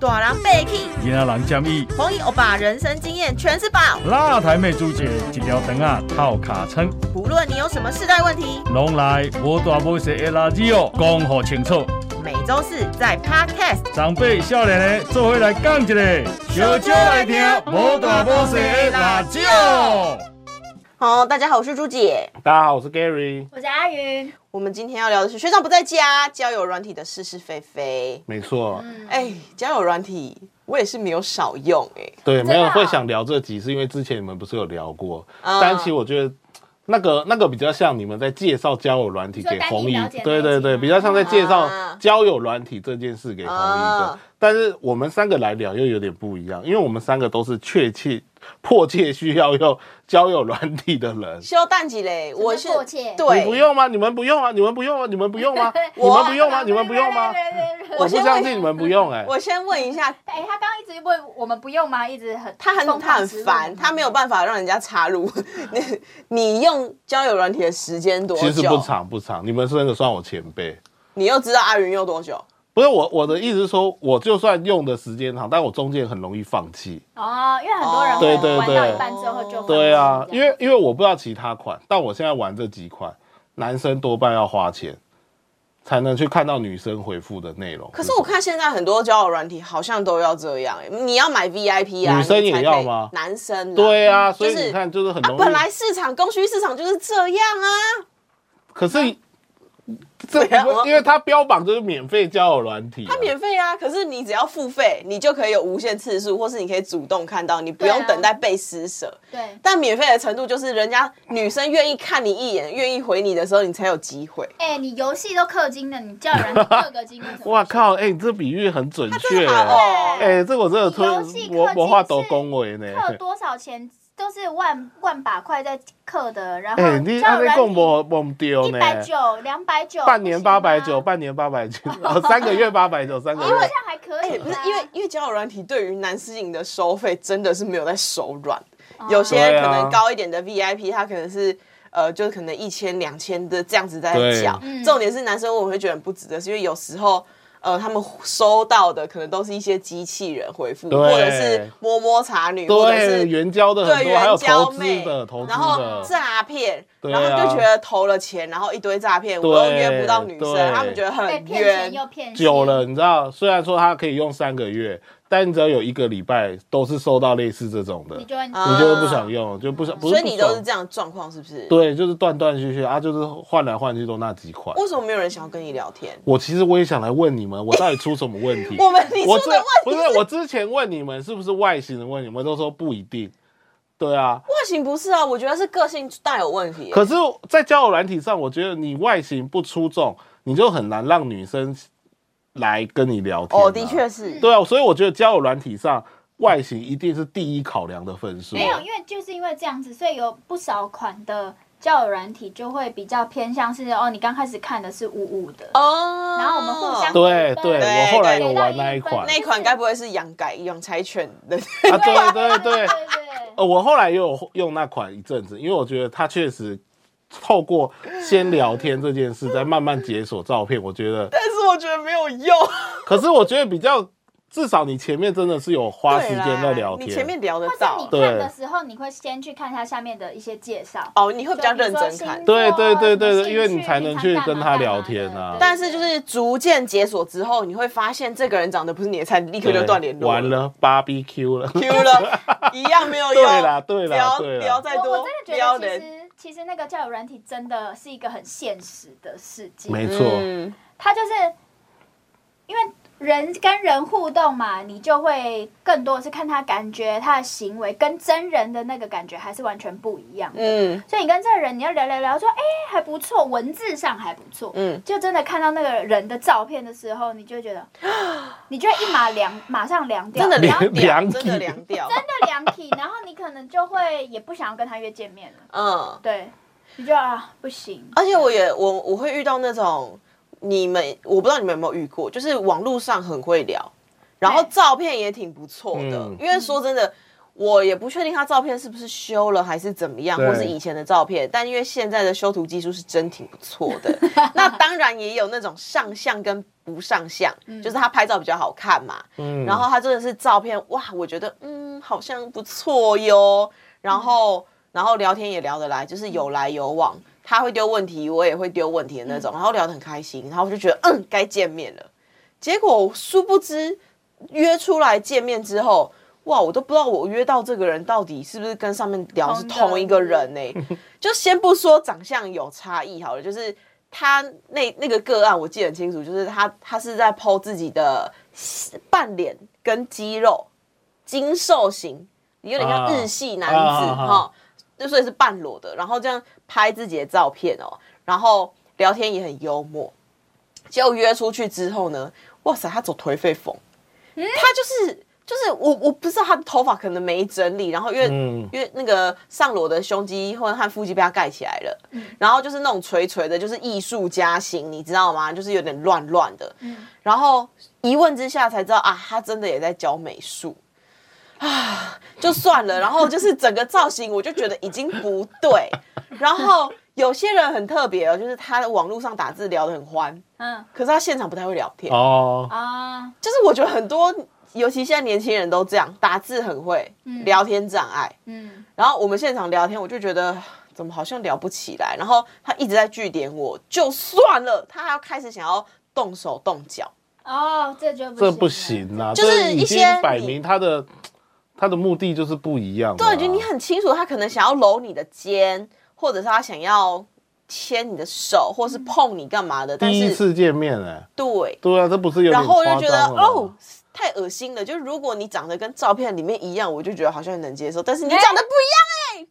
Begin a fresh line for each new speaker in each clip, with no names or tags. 大人被气，
囡仔人建议，
红衣欧巴人生经验全是宝。
辣台妹主姐一条肠啊套卡称，
不论你有什么世代问题，
拢来无大无小的垃圾哦，讲好清楚。
每周四在 Podcast
长辈少年的做伙来讲一个，
小酒来听无大无小的辣
哦
椒。好，大家好，我是朱姐。
大家好，我是 Gary。
我是阿云，
我们今天要聊的是学长不在家，交友软体的是是非非。
没错，
哎、交友软体我也是没有少用哎、
对，没有人
啊
会想聊这集，是因为之前你们不是有聊过，
嗯
但其实我觉得。那个那个比较像你们在介绍交友软体
说
给
单
红
一
姨
了解，
对
那一
对
集
对，
吗
比较像在介绍
啊
交友软体这件事给红姨的
啊。
但是我们三个来聊又有点不一样，因为我们三个都是确切迫切需要用交友软体的人。
修淡季嘞，我是
迫切
你不
对，
用吗？你们不用吗？你们不用吗？你们不用吗？你们不用 吗？你们不用吗？我
我
不
先
相
问，
信你们不用哎。
我先问一下，
哎、他刚刚一直问我们不用吗？一直很
他很
疯狂
他很
质问我
烦，
们
他没有办法让人家插入。 你你用交友软体的时间多久？
其实不长不长，你们真的算我前辈。
你又知道阿云用多久？
不是我我的意思是说，我就算用的时间长，但我中间很容易放弃。
哦，因为很多人
哦
对
会
对
玩
对
到一半之后就放
对啊，
弃
因为因为我不知道其他款，但我现在玩这几款，男生多半要花钱才能去看到女生回复的内容。
可是我看现在很多交友软体好像都要这样、欸，你要买 VIP 啊，
女生
你才
也要
可以
吗
男生啊
对啊，所以
就是
你看就是很
啊，
容易。
本来市场供需市场就是这样啊，
可是这
对啊我
因为它标榜就是免费交友软体啊，
它免费啊，可是你只要付费，你就可以有无限次数，或是你可以主动看到，你不
对
用
啊
等待被施舍。
对。
但免费的程度就是，人家女生愿意看你一眼，愿意回你的时候，你才有机会。
哎、你游戏都氪金了，你叫人氪个金是什么？
哇靠！哎、你这比喻很准确、
好
哎、
哦
哎、这我真的推
游戏
我
氪 金
我话都
是
恭维呢。
氪多少钱都是万万把块在氪的，然后
哎、你
叫
按
人
那共我我丢
一
呢？
百九、两百九，
半年八百
啊
九，
不行吗
半年八百九，哦三个月八百九，三个
因为
月。
这样还可以
也
吧，
哎不是因为因为交友软体对于男私影的收费真的是没有在手软，
哦
有
对
些
啊
可能高一点的 VIP，他可能是。呃，就是可能一千、两千的这样子在
对
讲。
嗯
重点是男生我会觉得很不值得，是因为有时候，呃，他们收到的可能都是一些机器人回复，
对
或者是摸摸茶女，或者
对，
是
援交的很
对
多，还有
援
投
交
资
妹
的，投资
然后
的。
诈骗，
对
然后
啊
就觉得投了钱，然后一堆诈骗，我又
对
约不到女生
对，
他们觉得
被
很
骗钱
冤。
又骗色
久了，你知道，虽然说它可以用三个月，但你只要有一个礼拜都是收到类似这种的，
你就会
你
啊
就会不想用，就不想，不
所
是
以
不
你都是
爽
这。样的状况，是不是？。
对，就是断断续续啊，就是换来换去都那几款。
为什么没有人想要跟你聊天？？
我其实我也想来问你们，我到底出什么问题
我们你
我
说
这
的
不
问
是
题是
我之前问你们是不是外形的问题，你们都说不一定。对啊，
外形不是啊，我觉得是个性大有问题。
可是，在交友软体上，我觉得你外形不出众，你就很难让女生来跟你聊天、
哦，的，确是。
对啊，所以我觉得交友软体上外形一定是第一考量的分数。
没有，因为就是因为这样子，所以有不少款的交友软体就会比较偏向是哦，你刚开始看的是五五的，
哦。
然后我们互相
对
对
对，我后来有玩那一款，
那一款该不会是养改养柴犬的？
啊，对对
对
对，
对，
呃，我后来也有用那款一阵子，因为我觉得它确实透过先聊天这件事，再慢慢解锁照片，我觉得
但是我觉得没有用。
可是我觉得比较，至少你前面真的是有花时
对啦
间在聊天。
你前面聊得
或者
到
你看的时候，你会先去看他下面的一些介绍，
哦，你会比较认
就比如
真
啊说
看
星。
对对对对
什
对
么兴趣
因为你才能去跟他聊天
平常干嘛干嘛
啊
的
但是就是逐渐解锁之后，你会发现这个人长得不是你的菜，立刻
对
就断联络。
完了，BBQ 了。
，Q 了，一样没有用。
对啦对啦
聊
对啦
聊再
我
多
我，真的
聊
觉得
人
其实其实那个交友软体真的是一个很现实的世界，
没错，
嗯
它就是因为人跟人互动嘛，你就会更多的是看他感觉、他的行为跟真人的那个感觉还是完全不一样的。
嗯
所以你跟这个人你要聊聊聊，说哎、还不错，文字上还不错，
嗯
就真的看到那个人的照片的时候，你就会觉得，你就会一马凉，马上凉掉，
真的
然
凉
后真
掉，
凉
真的
地
凉掉，
的凉体， 然后你可能就会也不想要跟他约见面了，
嗯。
对，你就啊不行，
而且我也我我会遇到那种你们我不知道你们有没有遇过，就是网络上很会聊，然后
对
照片也挺不错的。
嗯
因为说真的，我也不确定他照片是不是修了还是怎么样，
对
或是以前的照片。但因 为现在的修图技术是真挺不错的，那当然也有那种上相跟不上相，
嗯
就是他拍照比较好看嘛。
嗯
然后他真的是照片哇，我觉得嗯好像不错哟。然后、然后聊天也聊得来，就是有来有往。他会丢问题，我也会丢问题的那种，然后聊得很开心，然后我就觉得嗯该见面了。结果殊不知约出来见面之后，哇，我都不知道我约到这个人到底是不是跟上面聊是同一个人呢、就先不说长相有差异好了，就是他那那个个案我记得很清楚，就是他他是在剖自己的半脸跟肌肉，精瘦型，有点像日系男子
啊啊啊啊
哈，就所以是半裸的，然后这样拍自己的照片哦，然后聊天也很幽默。结果约出去之后呢，哇塞，他走颓废风，他就是就是我我不知道他的头发可能没整理，然后因为、
嗯
因为那个上裸的胸肌或者和腹肌被他盖起来了，然后就是那种垂垂的，就是艺术家型，你知道吗？就是有点乱乱的。
嗯
然后一问之下才知道啊，他真的也在教美术。啊，就算了，然后就是整个造型，我就觉得已经不对。然后有些人很特别哦，就是他在网络上打字聊得很欢，
嗯
可是他现场不太会聊天。
哦，
啊，
就是我觉得很多，尤其现在年轻人都这样，打字很会，聊天障碍。
嗯
然后我们现场聊天，我就觉得怎么好像聊不起来。然后他一直在据点我，就算了，他还要开始想要动手动脚。
哦，这就
这不
不
行啊，
就是
这已
一
经
些
摆
你
明他的他的目的就是不一样。啊
对，就你。很清楚，他可能想要搂你的肩，或者是他想要牵你的手，或是碰你干嘛的。但
第一
是
次见面哎、
对，
对啊，这不是有点
然后我就
夸
觉得
张了吗
哦，，太恶心了。就是如果你长得跟照片里面一样，我就觉得好像能接受，但是你长得不一样。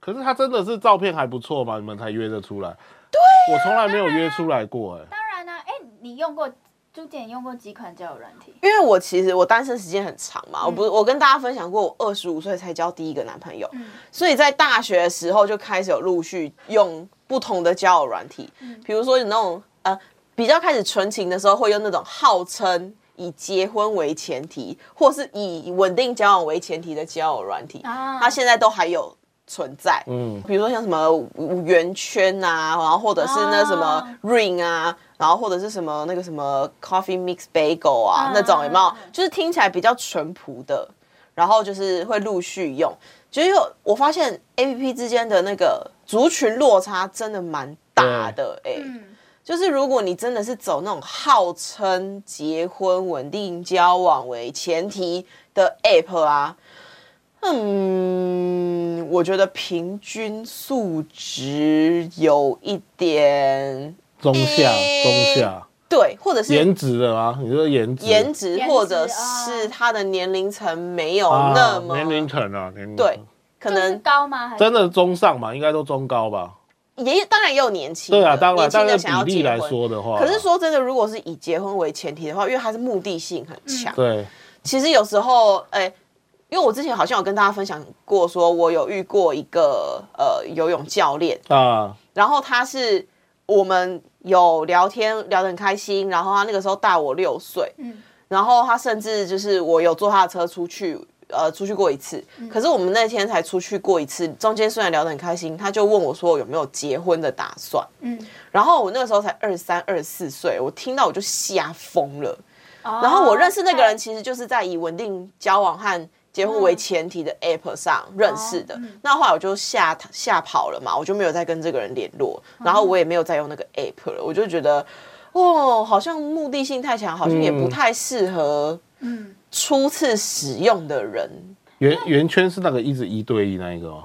可是他真的是照片还不错嘛，你们才约得出来。
啊
对、我从来没有约出来过哎、
当然啦、哎、你用过朱姐，你用过几款交友软体？
因为我其实我单身时间很长嘛，我不
嗯
是我跟大家分享过，我二十五岁才交第一个男朋友，所以在大学的时候就开始有陆续用不同的交友软体，比如说有那种呃比较开始纯情的时候，会用那种号称以结婚为前提，或是以稳定交往为前提的交友软体，
啊
它现在都还有存在，
嗯，
比如说像什么圆圈啊，然后或者是那什么
啊
ring 啊，然后或者是什么那个什么 coffee mix bagel 啊、
啊
那种有没有
啊？
就是听起来比较淳朴的，然后就是会陆续用。只有我发现 A P P 之间的那个族群落差真的蛮大的哎、
嗯，
就是如果你真的是走那种号称结婚稳定交往为前提的 app 啊，嗯，我觉得平均素质有一点
中下中下，
对，或者是
颜值的吗？你说颜值？
颜值，
颜值
或者
啊
是他的年龄层没有
啊
那么、
年龄层啊，年龄层
对，可
就是
能
高吗？还是
真的中上嘛，应该都中高吧？
也当然也有年轻的，
对啊，
嗯
当然，
年轻
但
的
是
想要
比例
结
来
婚。
说的啊话，
可是说真的，如果是以结婚为前提的话，因为它是目的性很
嗯
强，
对，
其实有时候，哎、因为我之前好像有跟大家分享过，说我有遇过一个呃游泳教练，
啊，
然后他是我们有聊天聊得很开心，然后他那个时候大我六岁，
嗯
然后他甚至就是我有坐他的车出去，呃，出去过一次。可是我们那天才出去过一次，中间虽然聊得很开心，他就问我说有没有结婚的打算。
嗯，
然后我那个时候才二三二四岁，我听到我就吓疯了。
然
然后我认识那
哦
个
哦
人，其实就是在以稳定交往和结婚为前提
嗯
的 App 上认识的。
哦嗯
那后来我就吓他吓跑了嘛，我就没有再跟这个人联络，
嗯
然后我也没有再用那个 App 了。我就觉得，哦，好像目的性太强，好像也不太适合
嗯，
初次使用的人。
圆圆圈是那个一直一对一那一个哦吗？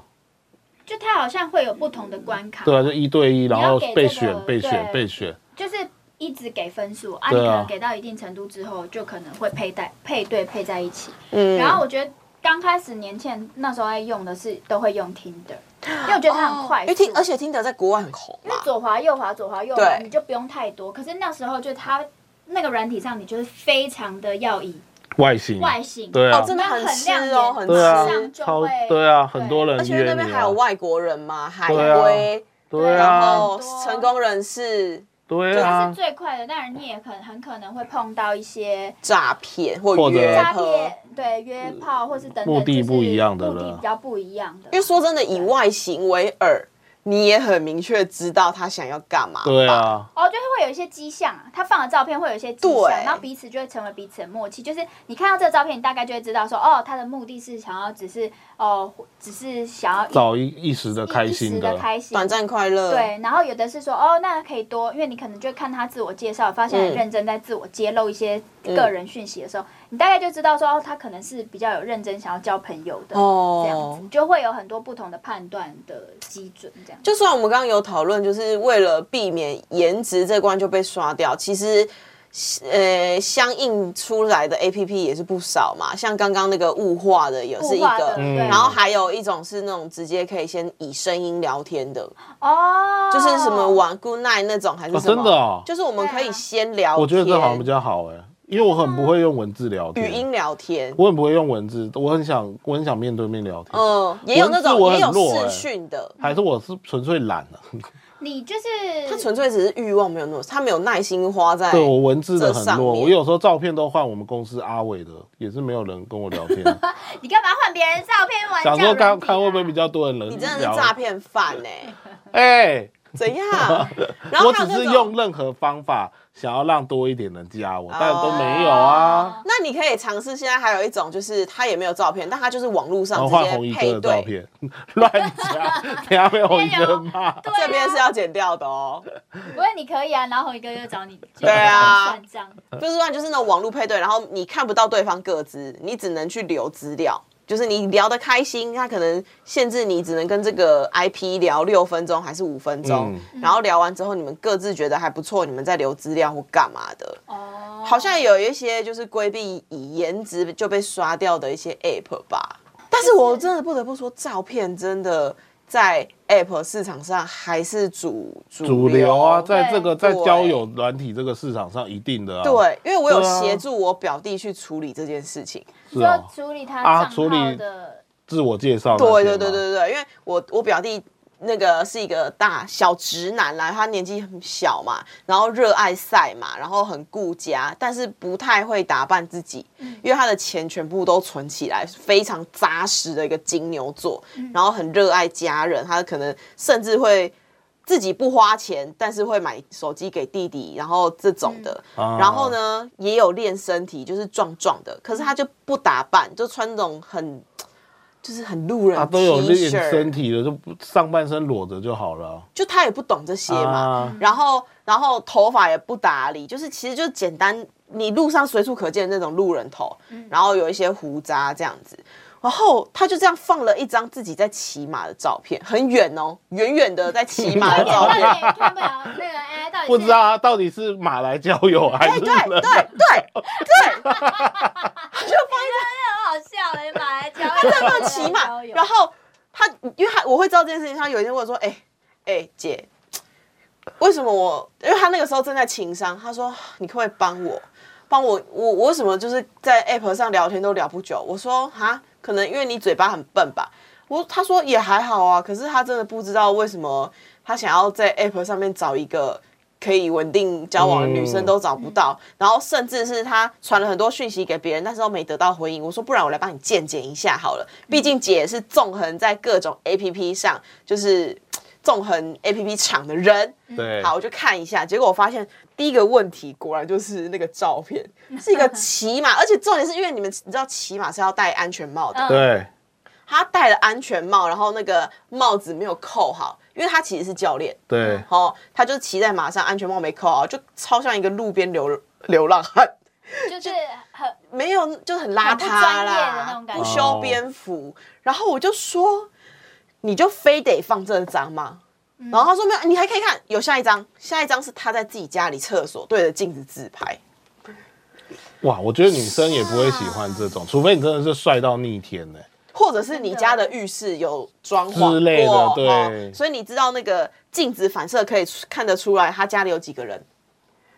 就他好像会有不同的关 卡，
对啊，就一对一，然
要
后
给
被
这个
选被选
对
被选，
就是一直给分数啊，你
对啊
可能给到一定程度之后，就可能会佩戴配对配在一起。
嗯，
然后我觉得刚开始年前那时候在用的是都会用 Tinder，因为我觉得它
哦
很快
哦因
速，
为听而且听得在国外很红
因
嘛
为。左滑右滑左滑右滑，
对
你就不用太多。可是那时候就它那个软体上，你就是非常的要以
外形，
外形
对啊
哦，，真的很
很
吃
亮
哦，
眼
很
对啊
这样
吃。
就
超
会
对啊，很多人
而且
约
那边
你
还
啊
有外国人嘛，海
对啊
归，
对
然
啊
后，成功人士。
对
这个
啊
是，最快的，当然你也很很可能会碰到一些
诈骗或
或者
约
诈
炮。
骗、对约炮或是等等，
目的
就是
不一样的
目的
了
比较不一样的。
因为说真的，以外形为饵，你也很明确知道他想要干嘛。
对啊，
哦，就是会有一些迹象啊，他放的照片会有一些迹象，
对
然后彼此就会成为彼此的默契。就是你看到这个照片，你大概就会知道说，哦，他的目的是想要只是哦，只是想要一
找一一时的开
一时
心
的
的，
开心，
短暂快乐。，
对，然后有的是说哦，那可以多，因为你可能就看他自我介绍，发现很
嗯
认真在自我揭露一些个人讯息的时候，你大概就知道说哦，他可能是比较有认真想要交朋友的，这样
哦
子，就会有很多不同的判断的基准，这样。
就算我们刚刚有讨论，就是为了避免颜值这关就被刷掉，其实。呃，相应出来的 A P P 也是不少嘛，像刚刚那个雾化的也是一
物化的
个，
对
嗯
然后还有一种是那种直接可以先以声音聊天的，
哦，
就是什么玩 Good Night 那种还是
哦
什么？
真的哦
就是我们可
啊
以先聊天，
我觉得这好像比较好哎、因为我很
嗯
不会用文字聊
语
天，
音聊天。
我很不会用文字，我很想我很想面对面聊天，
嗯，也有那
文
种
字
也
我很
有
弱
视
欸
讯的，
还是我是纯粹懒啊了、
你就是
他纯粹只是欲望没有那么，他没有耐心花在。
对我文字的很
这上
弱，
面
我有时候照片都换我们公司阿伟的，也是没有人跟我聊 天，
你干嘛换别人的照片玩？
想说看
啊
看会不会比较多人聊。啊
你真的是诈骗犯哎、
哎、
怎 样？然后
我
还有
只
那
是
种
用任何方法想要让多一点人加我，但都没有啊。
那你可以尝试，现在还有一种就是他也没有照片，但他就是网络
然
上
后
直
哦换红
接
衣
配
哥的
对。
照片， 乱加，等下被红衣哥骂。
对、啊
这边是，要剪掉的哦，
不过你可以啊，然后红一哥又找你，
对啊
算账。
就是说就是那种网络配对，然后你看不到对方各自，你只能去留资料。就是你聊得开心，他可能限制你只能跟这个 IP 聊六分钟还是五分钟，
嗯
然后聊完之后你们各自觉得还不错，你们再留资料或干嘛的。
哦，
好像有一些就是规避以颜值就被刷掉的一些 app 吧。但是我真的不得不说，照片真的在 app 市场上还是主
主流啊，
对
在这个在
对
交友软体这个市场上，一定的啊。，
对，因为我有
对啊
协助我表弟去处理这件事情。
是
要
哦，
处理他
啊
账
处理
号的，
自我介绍那些嘛。
对对对对对，因为我我表弟那个是一个大小直男啦，他年纪很小嘛，然后热爱赛嘛，然后很顾家，但是不太会打扮自己，因为他的钱全部都存起来，非常扎实的一个金牛座，然后很热爱家人，他可能甚至会。自己不花钱，但是会买手机给弟弟，然后这种的，
啊
然后呢也有练身体，就是壮壮的，可是他就不打扮，就穿那种很就是很路人
啊，都有
T
练
恤，
身体的，就不上半身裸着就好了
就他也不懂这些嘛，
啊。
然后然后头发也不打理，就是其实就简单，你路上随处可见的那种路人头，然后有一些胡渣这样子。然后他就这样放了一张自己在骑马的照片，很远哦，远远的在骑马的照
到底
片。
看不了那个哎，到底是
不知道他到底是马来交友还
哎，
是
对对对
人
对，
很好笑哎，马来交友，
他这样骑马，然后他因为他我会知道这件事情，他有一天问我说：“哎、哎、姐，为什么我？因为他那个时候正在情商，他说你可不可以帮我，帮我，我我为什么就是在 app 上聊天都聊不久？我说哈，可能因为你嘴巴很笨吧。我他说也还好啊，可是他真的不知道为什么他想要在 app 上面找一个。可以稳定交往的女生
嗯
都找不到，然后甚至是他传了很多讯息给别人，但是都没得到回应。我说，不然我来帮你鉴检一下好了，毕竟姐是纵横在各种 A P P 上，就是纵横 A P P 场的人。
对，
好，我就看一下，结果我发现第一个问题果然就是那个照片，是一个骑马，而且重点是因为你们你知道骑马是要戴安全帽的，
嗯
对，
他戴了安全帽，然后那个帽子没有扣好，因为他其实是教练，
对，
哦，他就骑在马上，安全帽没扣好，就超像一个路边流流浪汉，
就是很
没有就很邋遢
很不专业的
啦，
那种感
不
觉
修边幅。然后我就说，你就非得放这张吗？
嗯
然后他说没有，你还可以看有下一张，下一张是他在自己家里厕所对着镜子自拍。
哇，我觉得女生也不会喜欢这种，除非你真的是帅到逆天呢。
或者是你家的浴室有装潢过
之类的对
哦所以你知道那个镜子反射可以出看得出来他家里有几个人，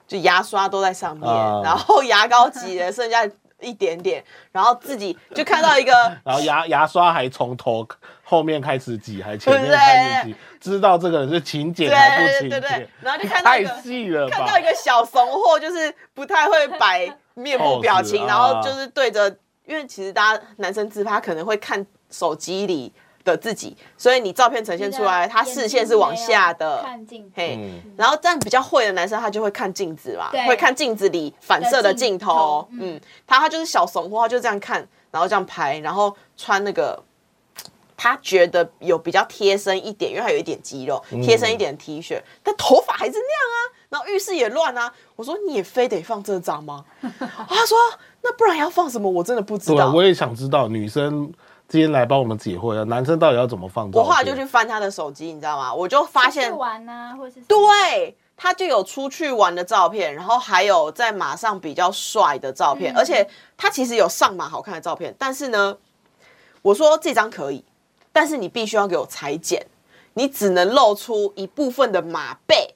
就牙刷都在上面，
啊
然后牙膏挤了剩下一点点，然后自己就看到一 个
然后牙牙刷还从头后面开始挤，还前
对
面
对
开始挤，知道这个人是勤俭还不勤
对对对
俭，
然后就看到一
太
个
细了
看
吧
到？一个小怂货，就是不太会摆面部表
哦啊
情，
Pose，
然后就是对着，因为其实大家男生自拍可能会看手机里的自己，所以你照片呈现出
啊
来，他视线是往下的。
看镜子
嘿，
嗯
然后但比较会的男生，他就会看镜子嘛
对，
会看镜子里反射的镜头
的。镜头
嗯，他他就是小怂货，他就这样看，然后这样拍，然后穿那个。他觉得有比较贴身一点，因为他有一点肌肉，贴身一点的 T 恤，但头发还是那样啊，然后浴室也乱啊。我说你也非得放这张 吗？他说那不然要放什么？我真的不知
对，啊
道。
我也想知道女生今天来帮我们解惑啊，男生到底要怎么放照
我
片？
后来就去翻他的手机，你知道吗？我就发现
出去玩啊，或是什么
对，他就有出去玩的照片，然后还有在马上比较帅的照片，
嗯
而且他其实有上马好看的照片，但是呢，我说这张可以，但是你必须要给我裁剪，你只能露出一部分的马背，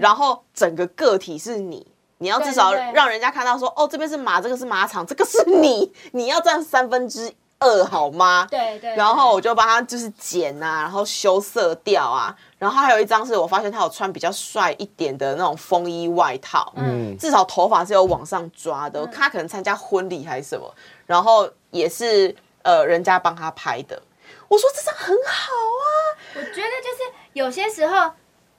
然后整个个体是你。你要至少
嗯对对对
让人家看到说，哦，这边是马，这个是马场，这个是你，你要占三分之二好吗？
对对，
然后我就帮他就是剪啊，然后修色调啊，然后还有一张是我发现他有穿比较帅一点的那种风衣外套，
嗯
至少头发是有往上抓的，
嗯
他可能参加婚礼还是什么，然后也是呃人家帮他拍的。我说这张很好啊，
我觉得就是有些时候，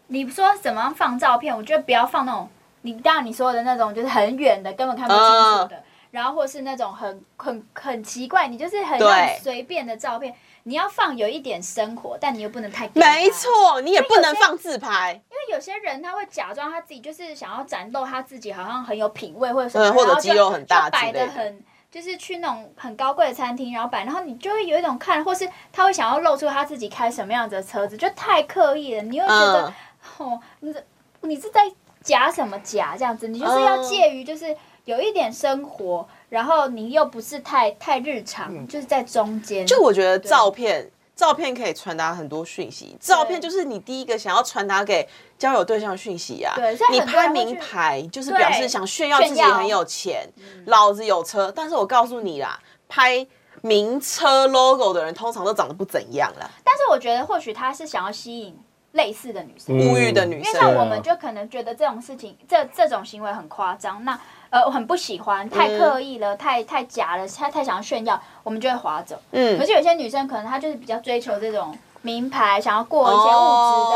你说怎么样放照片，我觉得不要放那种你当然你说的那种，就是很远的，根本看不清楚
嗯
的。然后或是那种很很很奇怪，你就是很
对
让随便的照片，你要放有一点生活，但你又不能太公开
没。错，你也不能放自拍，
因为有些人他会假装他自己就是想要展露他自己好像很有品味或者什么，
嗯，或
然
者
后
肌
就
肉很大
就
之
摆
类
的
的。
很，就是去那种很高贵的餐厅，然后摆，然后你就会有一种看，或是他会想要露出他自己开什么样子的车子，就太刻意了，你又觉得、
嗯，
哦，你这你是在夹什么夹这样子？你就是要介于就是有一点生活，然后你又不是太太日常，就是在中间。
就我觉得照片，照片可以传达很多讯息，照片
对
就是你第一个想要传达给交友对象的讯息啊。
对所以
你
很多
拍
人会
名
去
牌就是
对
表示想炫耀
炫
自己
耀嗯
很有钱，老子有车。但是我告诉你啦，拍名车 logo 的人通常都长得不怎样啦，
但是我觉得或许他是想要吸引类似的女
嗯
生。
物欲的女
因为
生
像
对啊
我们就可能觉得这种事情，这这种行为很夸张，那呃我很不喜欢，太
嗯
刻意了，太太假了，太太想要炫耀，我们就会划走。可
嗯，
是有些女生可能她就是比较追求这种名牌，想要过一些物质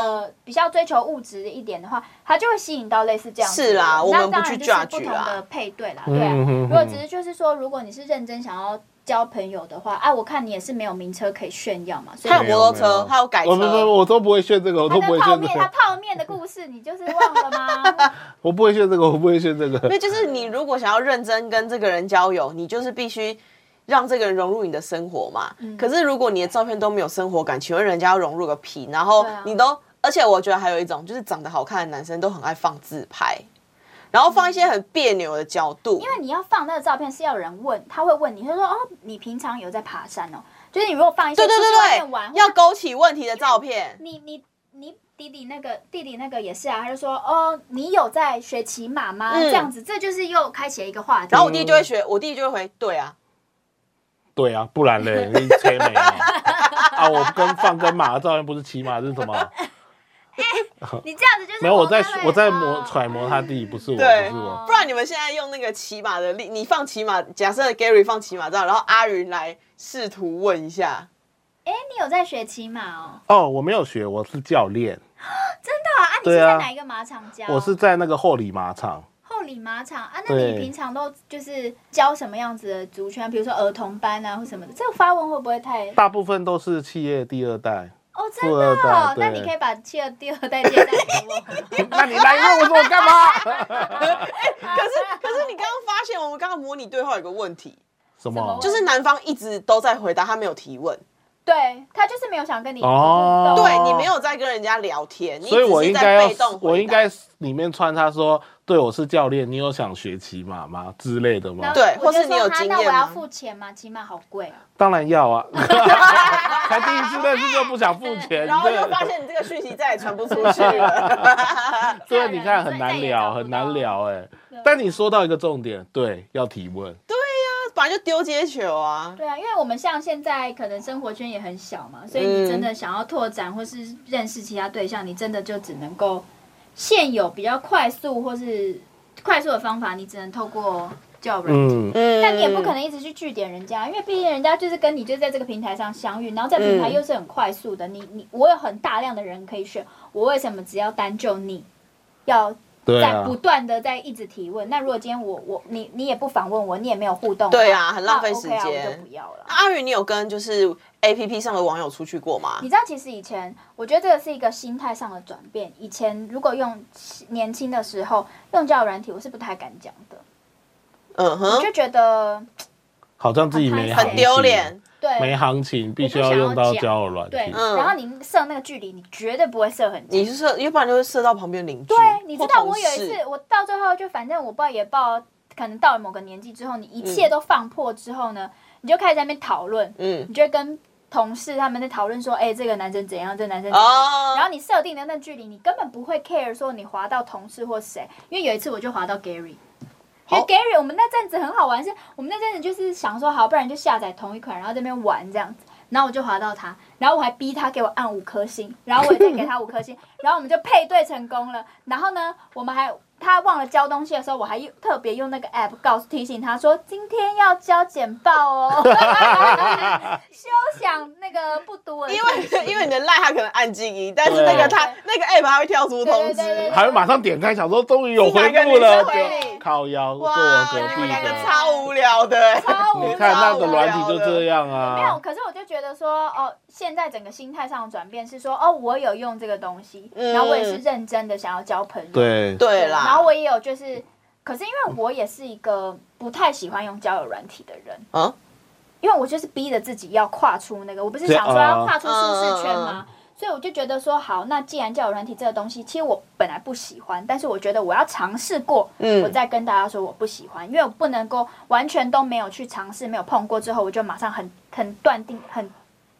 的，
哦
比较追求物质一点的话，她就会吸引到类似这样子的人。
是啦我们
那当
不
然
去
就是不
judge
同
啦
的配对啦，对啊。
嗯哼哼
如果只是就是说，如果你是认真想要交朋友的话，哎、我看你也是没有名车可以炫耀嘛，所以
他有
没有
摩托
没有
车，他有改
我不不，
车，
我都不会炫这个，我
他
都不会
的泡
炫这
面，他
个，
泡面的故事你就是忘了吗？
我不会炫这个，我不会炫这个
因。为就是你如果想要认真跟这个人交友，你就是必须。让这个人融入你的生活嘛。
嗯
可是如果你的照片都没有生活感，请问人家要融入个屁？然后
对啊
你都，而且我觉得还有一种就是长得好看的男生都很爱放自拍，然后放一些很别扭的角度。
因为你要放那个照片是要有人问，他会问你，他说哦，你平常有在爬山哦？就是你如果放一些
对对
出去外
对
面玩
对，
或
要勾起问题的照片。
你你你弟弟那个弟弟那个也是啊，他就说哦，你有在学骑马吗？
嗯
这样子，这就是又开启了一个话题。
然后我弟就会学，我弟就会回，对啊，
对啊，不 然嘞，你吹美啊！啊，我跟放跟马的照片不是骑马是 什么？
你这样子就是哦
没有，我在
黄色
我在
的
模揣摩他弟，不是我，
对
不是我。
不然你们现在用那个骑马的例，你放骑马，假设 Gary 放骑马照，然后阿云来试图问一下，
哎，你有在学骑马哦？
哦，我没有学，我是教练，
对啊，啊你是
对啊
在哪一个马场教？
我是在那个后里马场。
后里马场啊。那你
对
平常都就是教什么样子的族群？比如说儿童班啊，或什么的。这个发问会不会太？
大部分都是企业第二代。
哦，真的
富二
哦
代，
那
对
你可以把第二第二代介绍 给我吗。
那你来问我说我干嘛？
可是可是你刚刚发现，我们刚刚模拟对话有个问题，
什
么
么
问？
就是男方一直都在回答，他没有提问，
对他就是没有想跟你
哦
互动
对你没有在跟人家聊天，你
所以我
只
应
是
该
在被
要
动，
我
回
应
答
该里面穿插说，对我是教练，你有想学骑马吗之类的吗
然后？
对
我
或
就
是你
说
有
哈
经
那
验
我要
吗
付钱吗？骑马好贵啊。
当然要 啊，才第一次认识就不想付钱，
然后
对
就发现你这个讯息再也传不出去 了。
对，你看很难聊，很难聊哎。
啊
但你说到一个重点，对，要提问，
本来就丢接球啊。
对啊，因为我们像现在可能生活圈也很小嘛，所以你真的想要拓展或是认识其他对象，你真的就只能够现有比较快速或是快速的方法，你只能透过交友软件。
嗯，
嗯
但你也不可能一直去据点人家，因为毕竟人家就是跟你就在这个平台上相遇，然后这平台
嗯
又是很快速的，你你我有很大量的人可以选，我为什么只要单就你，要
对
在
啊
不，断的在一直提问？那如果今天我我你你也不反问我，你也没有互动，
对啊很浪费
那 OK 啊
时间
我就不要了
那。阿云，你有跟就是 A P P 上的网友出去过吗
你？知道，其实以前我觉得这个是一个心态上的转变。以前如果用年轻的时候用交友软体，我是不太敢讲的，
嗯
我
哼，
就觉得
好像自己没
很
行
很
情，
丢脸。
对
没行情，必须要用到交友软
对
件，。
嗯
然后你射那个距离，你绝对不会射很近。
你是射，要不然就会射到旁边邻居。
对，你知
或
道
同
我有一
事
次，我到最后就反正我报也报，可能到了某个年纪之后，你一切都放破之后呢，你就开始在那边讨论，
嗯，
你就会跟同事他们在讨论说，哎、这个男生怎样，这个男生怎样。
哦，
然后你设定的那距离，你根本不会 care 说你滑到同事或谁，因为有一次我就滑到 Gary，因为
好
Gary 我们那阵子很好玩，是我们那阵子就是想说好，不然就下载同一款，然后这边玩这样子。然后我就滑到他，然后我还逼他给我按五颗星，然后我也再给他五颗星，然后我们就配对成功了。然后呢，我们还他忘了交东西的时候，我还用特别用那个 app 告诉提醒他说今天要交简报哦， 休想那个不读我的
因
信息
为 因为你的赖他可能按静音，但是那个他
对
那个 app 还会跳出通
对对对
知
对。
还会马上点开，想说终于有回
是哪个
复
女
了
生，
对
回你？
靠腰坐我
哇，
隔
你
壁
们两个
的，
超无聊的。
超无聊 的。
你看那个软体就这样
没有，
啊，
可是我就觉得说，哦，现在整个心态上的转变是说，哦，我有用这个东西，
嗯
然后我也是认真的想要交朋友，
对，
对
然后
啦，
我也有就是，可是因为我也是一个不太喜欢用交友软体的人，
嗯
因为我就是逼着自己要跨出那个，我不是
这
想说要
啊
跨出舒适圈吗
嗯？
所以我就觉得说，好，那既然交友软体这个东西，其实我本来不喜欢，但是我觉得我要尝试过，我
嗯，
再跟大家说我不喜欢，因为我不能够完全都没有去尝试，没有碰过之后，我就马上很很断定、很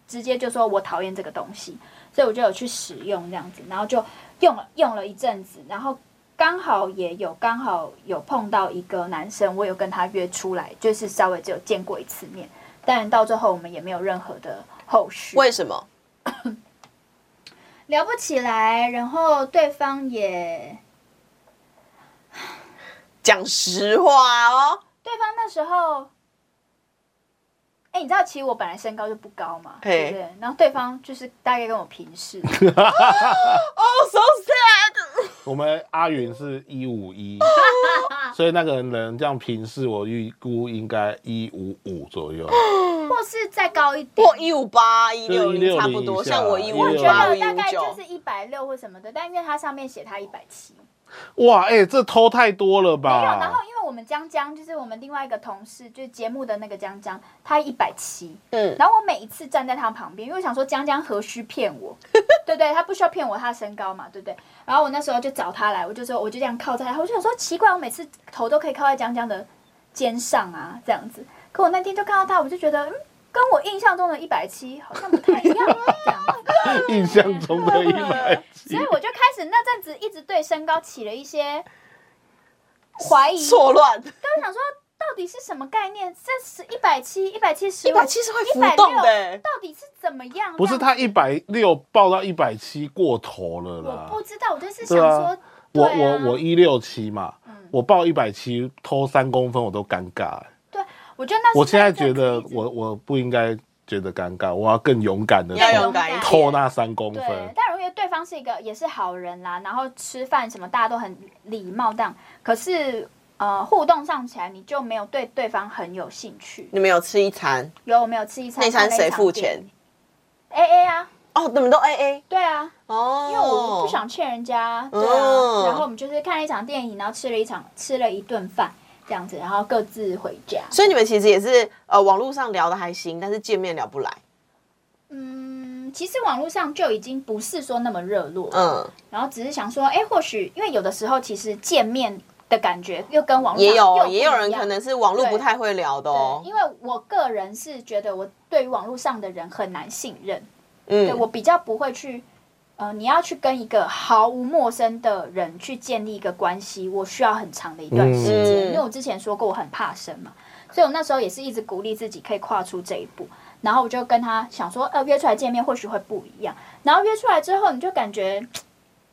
直接就说我讨厌这个东西，所以我就有去使用这样子，然后就用了用了一阵子，然后刚好也有刚好有碰到一个男生，我有跟他约出来，就是稍微只有见过一次面，但到最后我们也没有任何的后续，
为什么？
聊不起来，然后对方也
讲实话哦，
对方那时候，哎、你知道其实我本来身高就不高嘛，
嘿
对不对？然后对方就是大概跟我平视，
哦，so sad。
我们阿云是一五 一，所以那个人这样平视，我预估应该一五五左右。
或是再高一点。
我一五八一六零
160
差不多，
以下
像我一五
我
158
觉
八
得
一
大
五
概就
九
是。一百六或什么的，但因为它上面写他一百七，
哇，哎、这偷太多了
没有。然后
吧？
因为我们江江就是我们另外一个同事，就是节目的那个江江，他一百七，
嗯，
然后我每一次站在他旁边，因为我想说江江何须骗我，对不对？他不需要骗我他的身高嘛，对不对？然后我那时候就找他来，我就说我就这样靠在他，我就想说奇怪，我每次头都可以靠在江江的肩上啊，这样子。可我那天就看到他，我就觉得嗯，跟我印象中的一百七好像不太一样，啊这样子。
印象中的一 百七
所以，我就开始那阵子一直对身高起了一些怀疑，
错乱，
我想说到底是什么概念？这是一百七、一百七十、
一百七是会浮动的欸。
到底是怎么样？
不是他一百六报到一百七过头了
我
啦。
不知道，我就是
对
想说，
啊，
对
我
啊
我我一六七嘛，
嗯
我报一百七偷三公分我都尴尬、
对，我觉得那 是
我现在觉
一
得
阵子
我我不应该觉得尴尬，我要更勇敢的
要
对
勇敢一点
偷那三公
对
分，。
但我觉得对方是一个也是好人啦，然后吃饭什么大家都很礼貌这样，可是呃互动上起来你就没有对对方很有兴趣。
你们有吃一餐，
有我们有吃一餐，
那餐
看了一
谁
场
付
电
钱
影？？A A 啊，
哦，你们都 A A
对啊，
哦，
因为我不想欠人家，对
哦
啊。然后我们就是看了一场电影，然后吃了一场吃了一顿饭这样子，然后各自回家。
所以你们其实也是呃，网络上聊的还行，但是见面聊不来。
嗯，其实网络上就已经不是说那么热络，
嗯，
然后只是想说，哎，或许因为有的时候其实见面的感觉又跟网络上
也有
又不
也有
一
人
样
可能是网络不太会聊的哦
对，。因为我个人是觉得我对于网络上的人很难信任，对
嗯，
我比较不会去。呃，你要去跟一个毫无陌生的人去建立一个关系，我需要很长的一段时间，
嗯
因为我之前说过我很怕生嘛，所以我那时候也是一直鼓励自己可以跨出这一步。然后我就跟他想说，呃，约出来见面或许会不一样。然后约出来之后，你就感觉，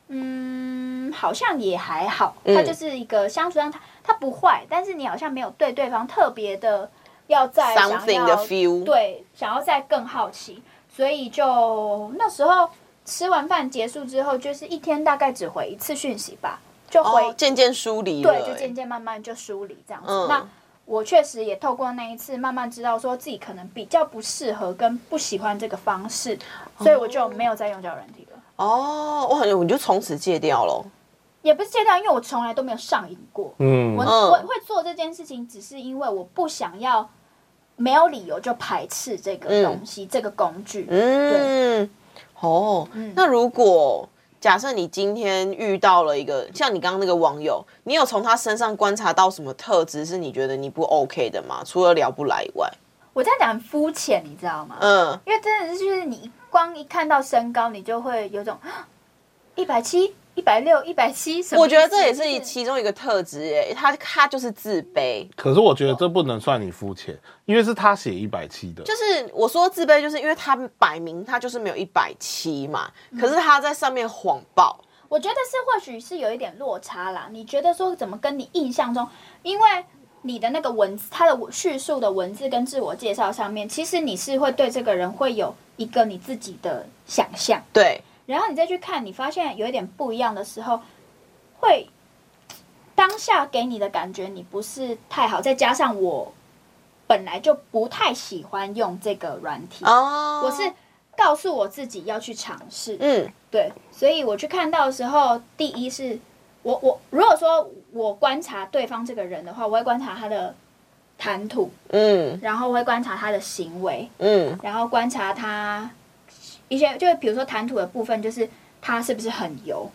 嗯，好像也还好，
嗯
他就是一个相处上他他不坏，但是你好像没有对对方特别的要再想要
something 的 feel，，
对，想要再更好奇，所以就那时候吃完饭结束之后，就是一天大概只回一次讯息吧，就回、
哦，渐渐疏离了、
对，就渐
欸
渐慢慢就梳理这样子。
嗯
那我确实也透过那一次，慢慢知道说自己可能比较不适合跟不喜欢这个方式，所以我就没有再用交友软体了。
哦，我好像我就从此戒掉了。
也不是戒掉，因为我从来都没有上瘾过。
嗯
我我会做这件事情，只是因为我不想要没有理由就排斥这个东西、这个工具。
嗯，哦，
嗯
那如果假设你今天遇到了一个像你刚刚那个网友，你有从他身上观察到什么特质是你觉得你不 OK 的吗？除了聊不来以外，
我这样讲很肤浅，你知道吗？
嗯，
因为真的是就是你光一看到身高，你就会有种 一百七、一百六、一百七什么意思。
我觉得这也是
就是
其中一个特质诶，他他就是自卑，
可是我觉得这不能算你肤浅，因为是他写一百七的，
就是我说自卑，就是因为他摆明他就是没有一百七嘛，
嗯
可是他在上面谎报，
我觉得是或许是有一点落差啦。你觉得说怎么跟你印象中，因为你的那个文字，它的文叙述的文字跟自我介绍上面，其实你是会对这个人会有一个你自己的想象，
对，
然后你再去看，你发现有一点不一样的时候，会当下给你的感觉你不是太好，再加上我本来就不太喜欢用这个软体，
哦，
我是告诉我自己要去尝试，
嗯
对，所以我去看到的时候，第一是我我如果说我观察对方这个人的话，我会观察他的谈吐，
嗯
然后我会观察他的行为，
嗯
然后观察他一些，就比如说谈吐的部分，就是他是不是很油，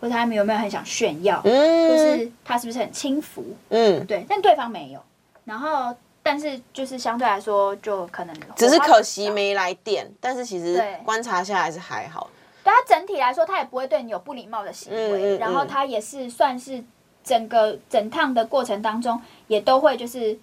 或者他们有没有很想炫耀，或
嗯
是他是不是很轻浮，
嗯，
对，但对方没有，然后但是就是相对来说，就可能
只是
火花
可
比
惜
较
没来电，但是其实
对
观察下来是还好，
但他整体来说，他也不会对你有不礼貌的行为，
嗯嗯嗯
然后他也是算是整个整趟的过程当中，也都会就是，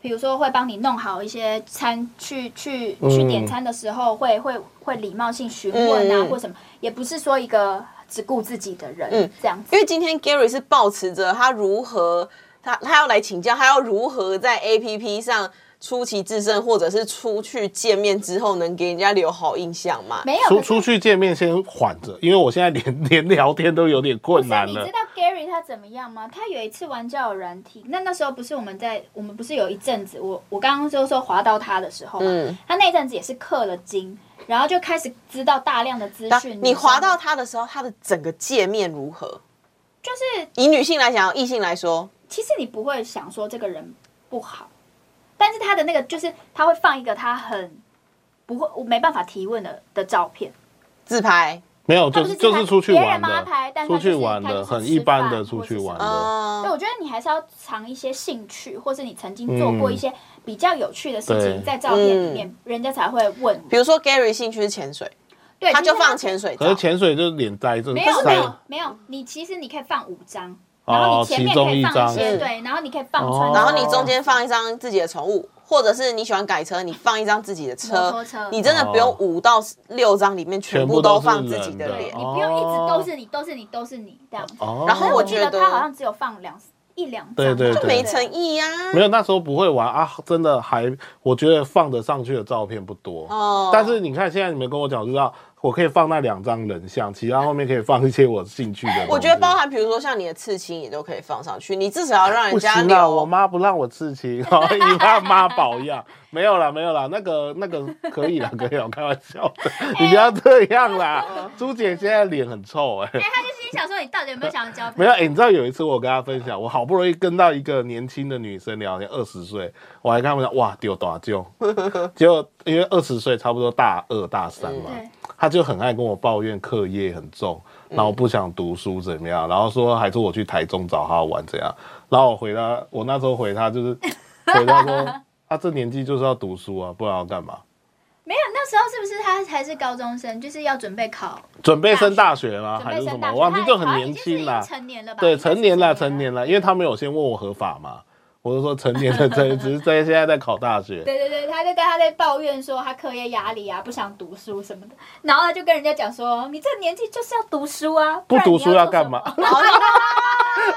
比如说会帮你弄好一些餐，去去去
嗯
点餐的时候会会会礼貌性询问啊、
嗯嗯
或什么，也不是说一个只顾自己的人、
嗯
这样子。
因为今天 Gary 是抱持着他如何他他要来请教，他要如何在 APP 上出奇制胜，或者是出去见面之后能给人家留好印象嘛？
没有
出
可是
出去见面先缓着，因为我现在连 连聊天都有点
不
困
是
难
你
了
知。道 Gary 他怎么样吗？他有一次玩交友软体，那那时候不是我们在我们不是有一阵子，我我刚刚就说滑到他的时候嘛，
嗯
他那一阵子也是氪了金，然后就开始知道大量的资
当
讯。
你滑到他的时候，他的整个界面如何？
就是，
以女性来讲，异性来说，
其实你不会想说这个人不好，但是他的那个就是他会放一个他很不会我没办法提问的的照片，
自拍，
没有，
他
就
不是
是就是出去
别
玩
人帮他拍但
的，
是他
出
就是
去玩
他就
的，
是
很
吃
一般
饭
的出去玩的。
嗯
对，我觉得你还是要藏一些兴趣，或是你曾经做
嗯
过一些比较有趣的事
对
情，在照片里面，人家才会问你。
比如说 Gary 兴趣是潜水，
对，
他就
其实
放潜水
可是
照，
潜水就是脸呆，这
没有没
呆
有没有，你其实你可以放五张，
哦
然后你前面可以
其中
放
一
一
张
些，
是
对，然后你可以放
哦
穿，
然后你中间放一张自己的宠物，或者是你喜欢改车，你放一张自己的
摩
车，
托车
你真的不用
哦
五到六张里面全
全
部
部
都
都是
放自己
人
的
的
脸
对，你。不用一直都是你，都是你，都是你这样子。
哦
然后
所以
我
记
觉
得
得
他好像只有放两一两张，哎
对对
吧
对
就没诚意啊呀、
没有，那时候不会玩啊，真的还我觉得放得上去的照片不多。
哦
但是你看现在你们跟我讲，知道我可以放那两张人像，其他后面可以放一些我兴趣的东西。
我觉得包含比如说像你的刺青也都可以放上去，你至少要让人
不
家哦
行
留。
啦，我妈不让我刺 青，然后以怕妈宝一样。没有啦，没有啦，那个那个可以啦，可以啦，我开玩笑的，你不要这样啦。朱姐现在脸很臭哎、
哎，他就心想说，你到底有没有想要交朋
没
友？
有，哎、你知道有一次我跟她分享，我好不容易跟到一个年轻的女生聊天，二十岁，我还跟她们讲，哇，丢 大舅，结果因为二十岁差不多大二大三嘛，
对，
她就很爱跟我抱怨课业很重，
嗯
然后不想读书怎么样，然后说还是我去台中找她玩怎样，然后我回她，我那时候回她就是 回她说，她、这年纪就是要读书啊，不然要干嘛？
没有，那时候是不是他还是高中生，就是要准备考，
准备升大学吗？
啊
啊
准
还
备
是什
升
么？
大学？
我忘记，
他
就很
好像已
年
经是已
轻
经
啦。
成年了吧？
对，成年了，成
了。
年了，因为他们有先问我合法嘛，我就说成年 人在，只是在现在在考大学。
对对对，他就跟他在抱怨说他课业压力啊，不想读书什么的，然后他就跟人家讲说，你这个年纪就是要读书啊，
不
然你
读书要
做
干
什
嘛
么？
哦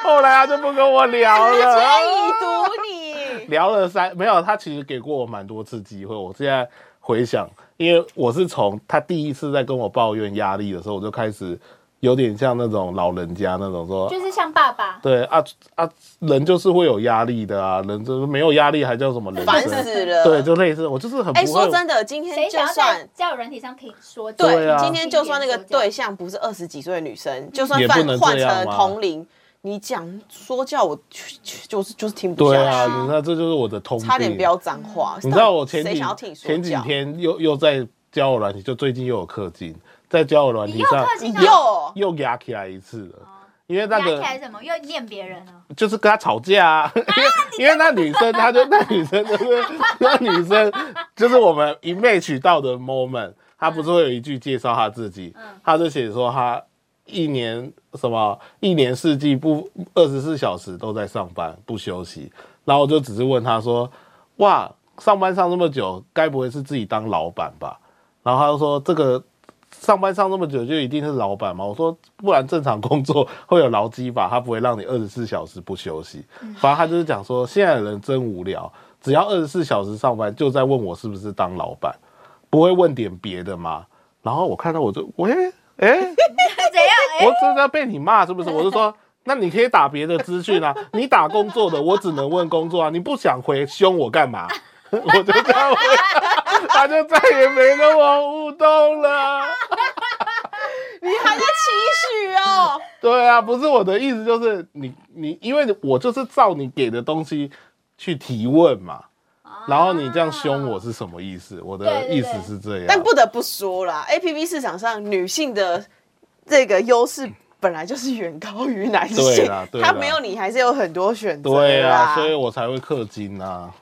后来他就不跟我聊了，
已读你。
聊了三没有，他其实给过我蛮多次机会。我现在回想，因为我是从他第一次在跟我抱怨压力的时候，我就开始有点像那种老人家那种说，
就是像爸爸，
对啊啊，人就是会有压力的啊，人就是没有压力还叫什么人
烦
生？
死了。
对，就类似我就是很
哎，
不会
说。真的，今天
谁
就
想要在
算
交友软体上听说教？
对啊
今天就算那个嗯
听别人说教
对象不是二十几岁的女生，就算
也不
换
能这
换
样啊
成
嘛
同龄，你讲说教我去去就是就是听不
对
下
啊，
去，
你知道这就是我的通病。
差点飙脏话。
你知道我前
谁
几
想要听你说
前几
教
天又又在交友软体，就最近又有氪金，在交友软体
你又
上
氪金啊
又
又压起来一次了，因为那
压
个
起来什么？又念别人 哦。
就是跟他吵架啊，因为因为那女生，她就那女生就是那女生就是我们一 match 到的 moment，她不是会有一句介绍她自己，她就写说她一年什么一年四季不二十四小时都在上班不休息，然后我就只是问她说，哇，上班上那么久，该不会是自己当老板吧？然后她就说这个上班上那么久就一定是老板吗？我说不然正常工作 会有劳基法，他不会让你二十四小时不休息。反正他就是讲说现在的人真无聊，只要二十四小时上班就在问我是不是当老板，不会问点别的吗？然后我看到我就喂哎、
怎样？哎、
我真的被你骂是不是？我就说。那你可以打别的资讯啊，你打工作的，我只能问工作啊，你不想回凶我干嘛？ 我就这样 回，他就再也没跟我互动了。
你还在期许 哦？
对啊，不是我的意思，就是你你，因为我就是照你给的东西去提问嘛，然后你这样凶我是什么意思？我
啊对
的
对
意思
对
是这样，
但不得不说啦，A P P 市场上女性的这个优势本来就是远高于男
对
性
啦，对
他
啦
没有你还是有很多选择
对啊，
啦。
所以我才会氪金啊，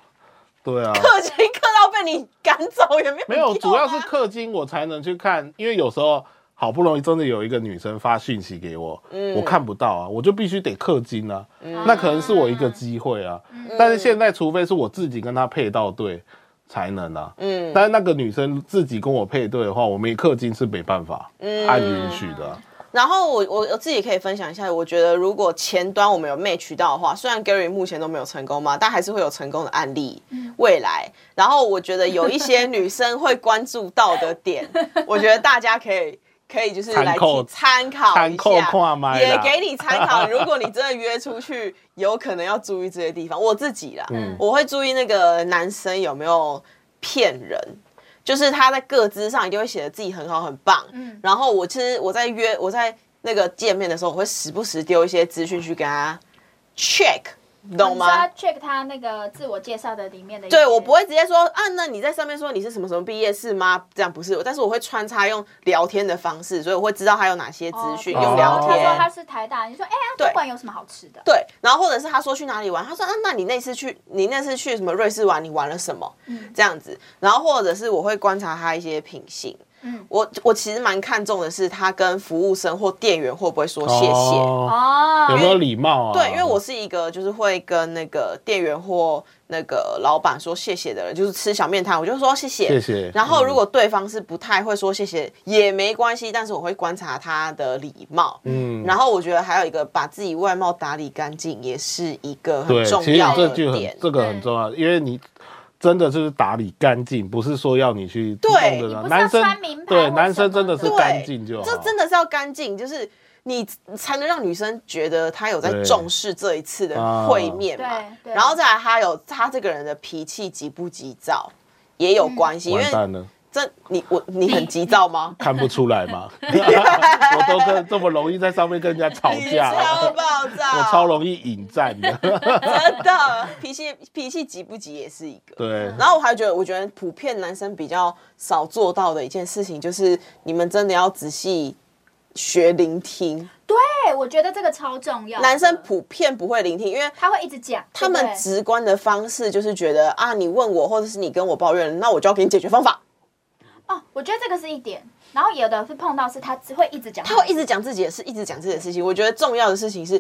对啊，
氪金氪到被你赶走也没有
没有，
用
主要是
啊
氪金我才能去看，因为有时候好不容易真的有一个女生发讯息给我，
嗯
我看不到啊，我就必须得氪金啊，那可能是我一个机会啊，
嗯
但是现在除非是我自己跟她配到对才能啊，
嗯
但是那个女生自己跟我配对的话，我没氪金是没办法
嗯
按允许的啊、
然后我我我自己可以分享一下，我觉得如果前端我们有 match 到的话，虽然 Gary 目前都没有成功嘛，但还是会有成功的案例。未来，然后我觉得有一些女生会关注到的点，我觉得大家可以。可以就是来
参考
提参考
参
一
考看
下，
麦
也
啦
给你参考。如果你真的约出去，有可能要注意这些地方。我自己啦，
嗯
我会注意那个男生有没有骗人，就是他在各自上一定会写的自己很好很棒，
嗯
然后我其实我在约我在那个见面的时候，我会时不时丢一些资讯去给他 check，你懂
嗯哦你说
吗
要？check 他那个自我介绍的里面的一些。
对，我不会直接说啊，那你在上面说你是什么什么毕业是吗？这样不是，但是我会穿插用聊天的方式，所以我会知道他有哪些资讯，
哦
用聊
他说
天。
他是台大，你说哎呀，
对
不管有什么好吃的，
对，然后或者是他说去哪里玩，他说啊，那你那次去，你那次去什么瑞士玩，你玩了什么？这样子，然后或者是我会观察他一些品性。
嗯
我我其实蛮看重的是他跟服务生或店员会不会说谢谢。
哦
哦，
有没有礼貌啊？
对，因为我是一个就是会跟那个店员或那个老板说谢谢的人，就是吃小面摊，我就说谢谢，
谢谢
然后如果对方是不太会说谢谢也没关系，但是我会观察他的礼貌。
嗯，
然后我觉得还有一个把自己外貌打理干净，也是一个很
对，
重
其实
要
这
的
句
点
很。这个很重要，因为你真的就是打理干净，不是说要你去
对
弄
你
得
不是要
男生
穿名牌或
对
什么
男生真的是
的
干净就好，
这真的是要干净，就是你才能让女生觉得她有在
对
重视这一次的
啊
会面嘛。
对对
然后再来，她有她这个人的脾气急不急躁也
嗯
有关系，因为
完蛋 了，？
这你我你很急躁吗
看不出来 吗？我都跟这么容易在上面跟人家 吵
你
架，
超爆炸，
我超容易引战 的，
真的脾气脾气急不急也是一个。
对。
然后我还觉得，我觉得普遍男生比较少做到的一件事情，就是你们真的要仔细学聆听。
对，我觉得这个超重要的。
男生普遍不会聆听，因为
他会一直讲，
他
对
们
不对
直观的方式就是觉得啊，你问我或者是你跟我抱怨，那我就要给你解决方法。
哦，我觉得这个是一点。然后有的是碰到是他只会一直讲，
他会一直讲自己的事，一直讲自己的事情。我觉得重要的事情是，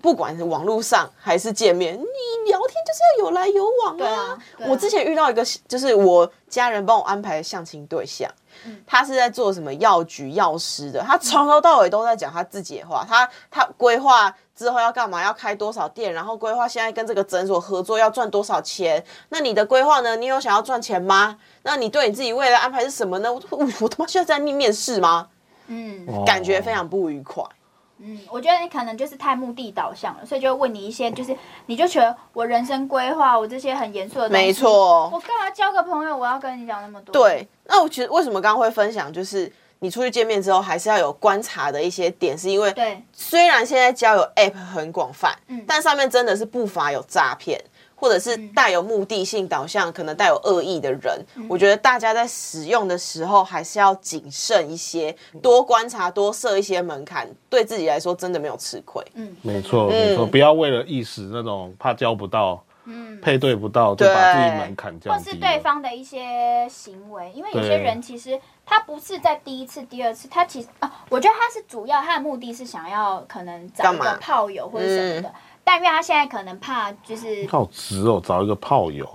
不管是网络上还是见面，你聊天就是要有来有往
对
啊
啊。对啊
我之前遇到一个，就是我家人帮我安排的相亲对象，
嗯
他是在做什么药局药师的，他从头到尾都在讲他自己的话，他他规划之后要干嘛，要开多少店，然后规划现在跟这个诊所合作要赚多少钱。那你的规划呢？你有想要赚钱吗？那你对你自己未来安排是什么呢？我我我他妈现在在面试吗？
嗯
哦
感觉非常不愉快。
嗯，我觉得你可能就是太目的导向了，所以就会问你一些，就是你就觉得我人生规划，我这些很严肃的东西，
没，错，
我干嘛交个朋友，我要跟你讲那么多？，
对，那我觉得为什么刚刚会分享，就是你出去见面之后，还是要有观察的一些点，是因为
对，
虽然现在交友 App 很广泛，
嗯
但上面真的是不乏有诈骗。或者是带有目的性导向，可能带有恶意的人，
嗯
我觉得大家在使用的时候还是要谨慎一些，
嗯
多观察，多设一些门槛，对自己来说真的没有吃亏。
嗯，
没错，没错，不要为了一时那种怕交不到、
嗯，
配对不到，就把自己门槛降
或
低。
是对，方的一些行为，因为有些
对
人其实他不是在第一次、第二次，他其实啊，我觉得他是主要他的目的是想要可能找一
干
个
嘛嗯
炮友或者什么的，但因为他现在可能怕就是
好直哦，找一个炮友，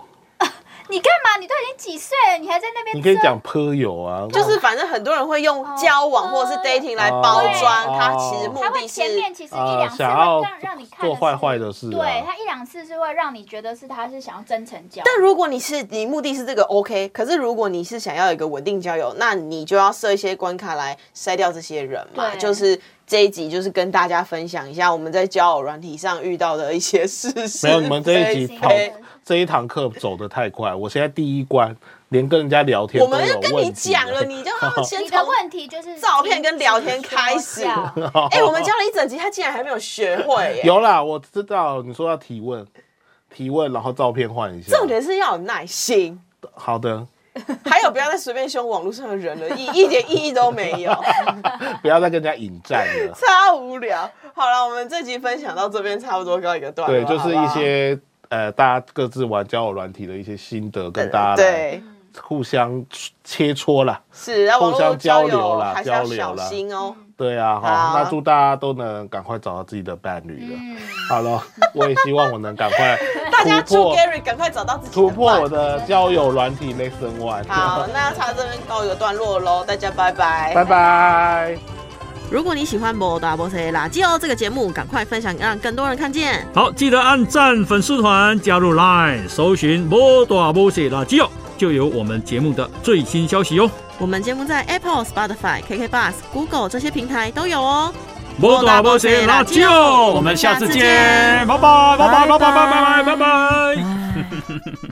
你干嘛？你都已经几岁了，你还在那边？
你可以讲炮友啊，
就是反正很多人会
哦
用交往或者是 dating 来包装，
哦
他其实目
他
的
会
是
前面其实一
啊
两次会
想要
让让你看
做
得
坏
是
坏的事啊
对他一两次是会让你觉得是他是想要真诚交，
但如果你是你目的是这个 OK，可是如果你是想要有一个稳定交友，那你就要设一些关卡来筛掉这些人嘛。
对
就是这一集就是跟大家分享一下我们在交友软体上遇到的一些事实。
没有，你们这一
非
集跑
非
这一堂课走得太快，我现在第一关连跟人家聊天
我
都
们
有
就跟你
问题
讲了，你就他们先
你
从哎
的问题就是
照片跟聊天开始
停 止说教
哎、我们教了一整集，他竟然还没有学会耶。
有啦，我知道你说要提问，提问，然后照片换一下。
重点是要有耐心，
好的，
还有不要再随便凶网络上的人了，一一点意义都没 有。。
不要再跟人家引战了
超无聊。好了，我们这集分享到这边差不多告一个段落。
对，就是
好
一
不好
些呃，大家各自玩交友软体的一些心得，跟大家来
嗯
对
互相切磋啦。
是，那网
互
络
相
交友
交流啦
还是要
交流
小
啦
心哦。
对啊，
好
好，那祝大家都能赶快找到自己的伴侣了。
嗯，
好了，我也希望我能赶快
大家
突
祝
破
Gary 赶快找到自己
突破
伴
我的交友软体 Next N One。
好，那差这边告一个段落喽，大家拜拜。
拜拜。
如果你喜欢《波达波塞垃圾哦》这个节目，赶快分享，让更多人看见。
好，记得按赞粉丝团，加入 Line，搜寻“摩大摩西垃圾哦”，就有我们节目的最新消息哟、哦。
我们节目在 Apple、Spotify、KK Bus、Google 这些平台都有哦。
摩大摩西垃圾哦，我们下次见，拜拜拜拜拜拜拜拜拜拜。
拜。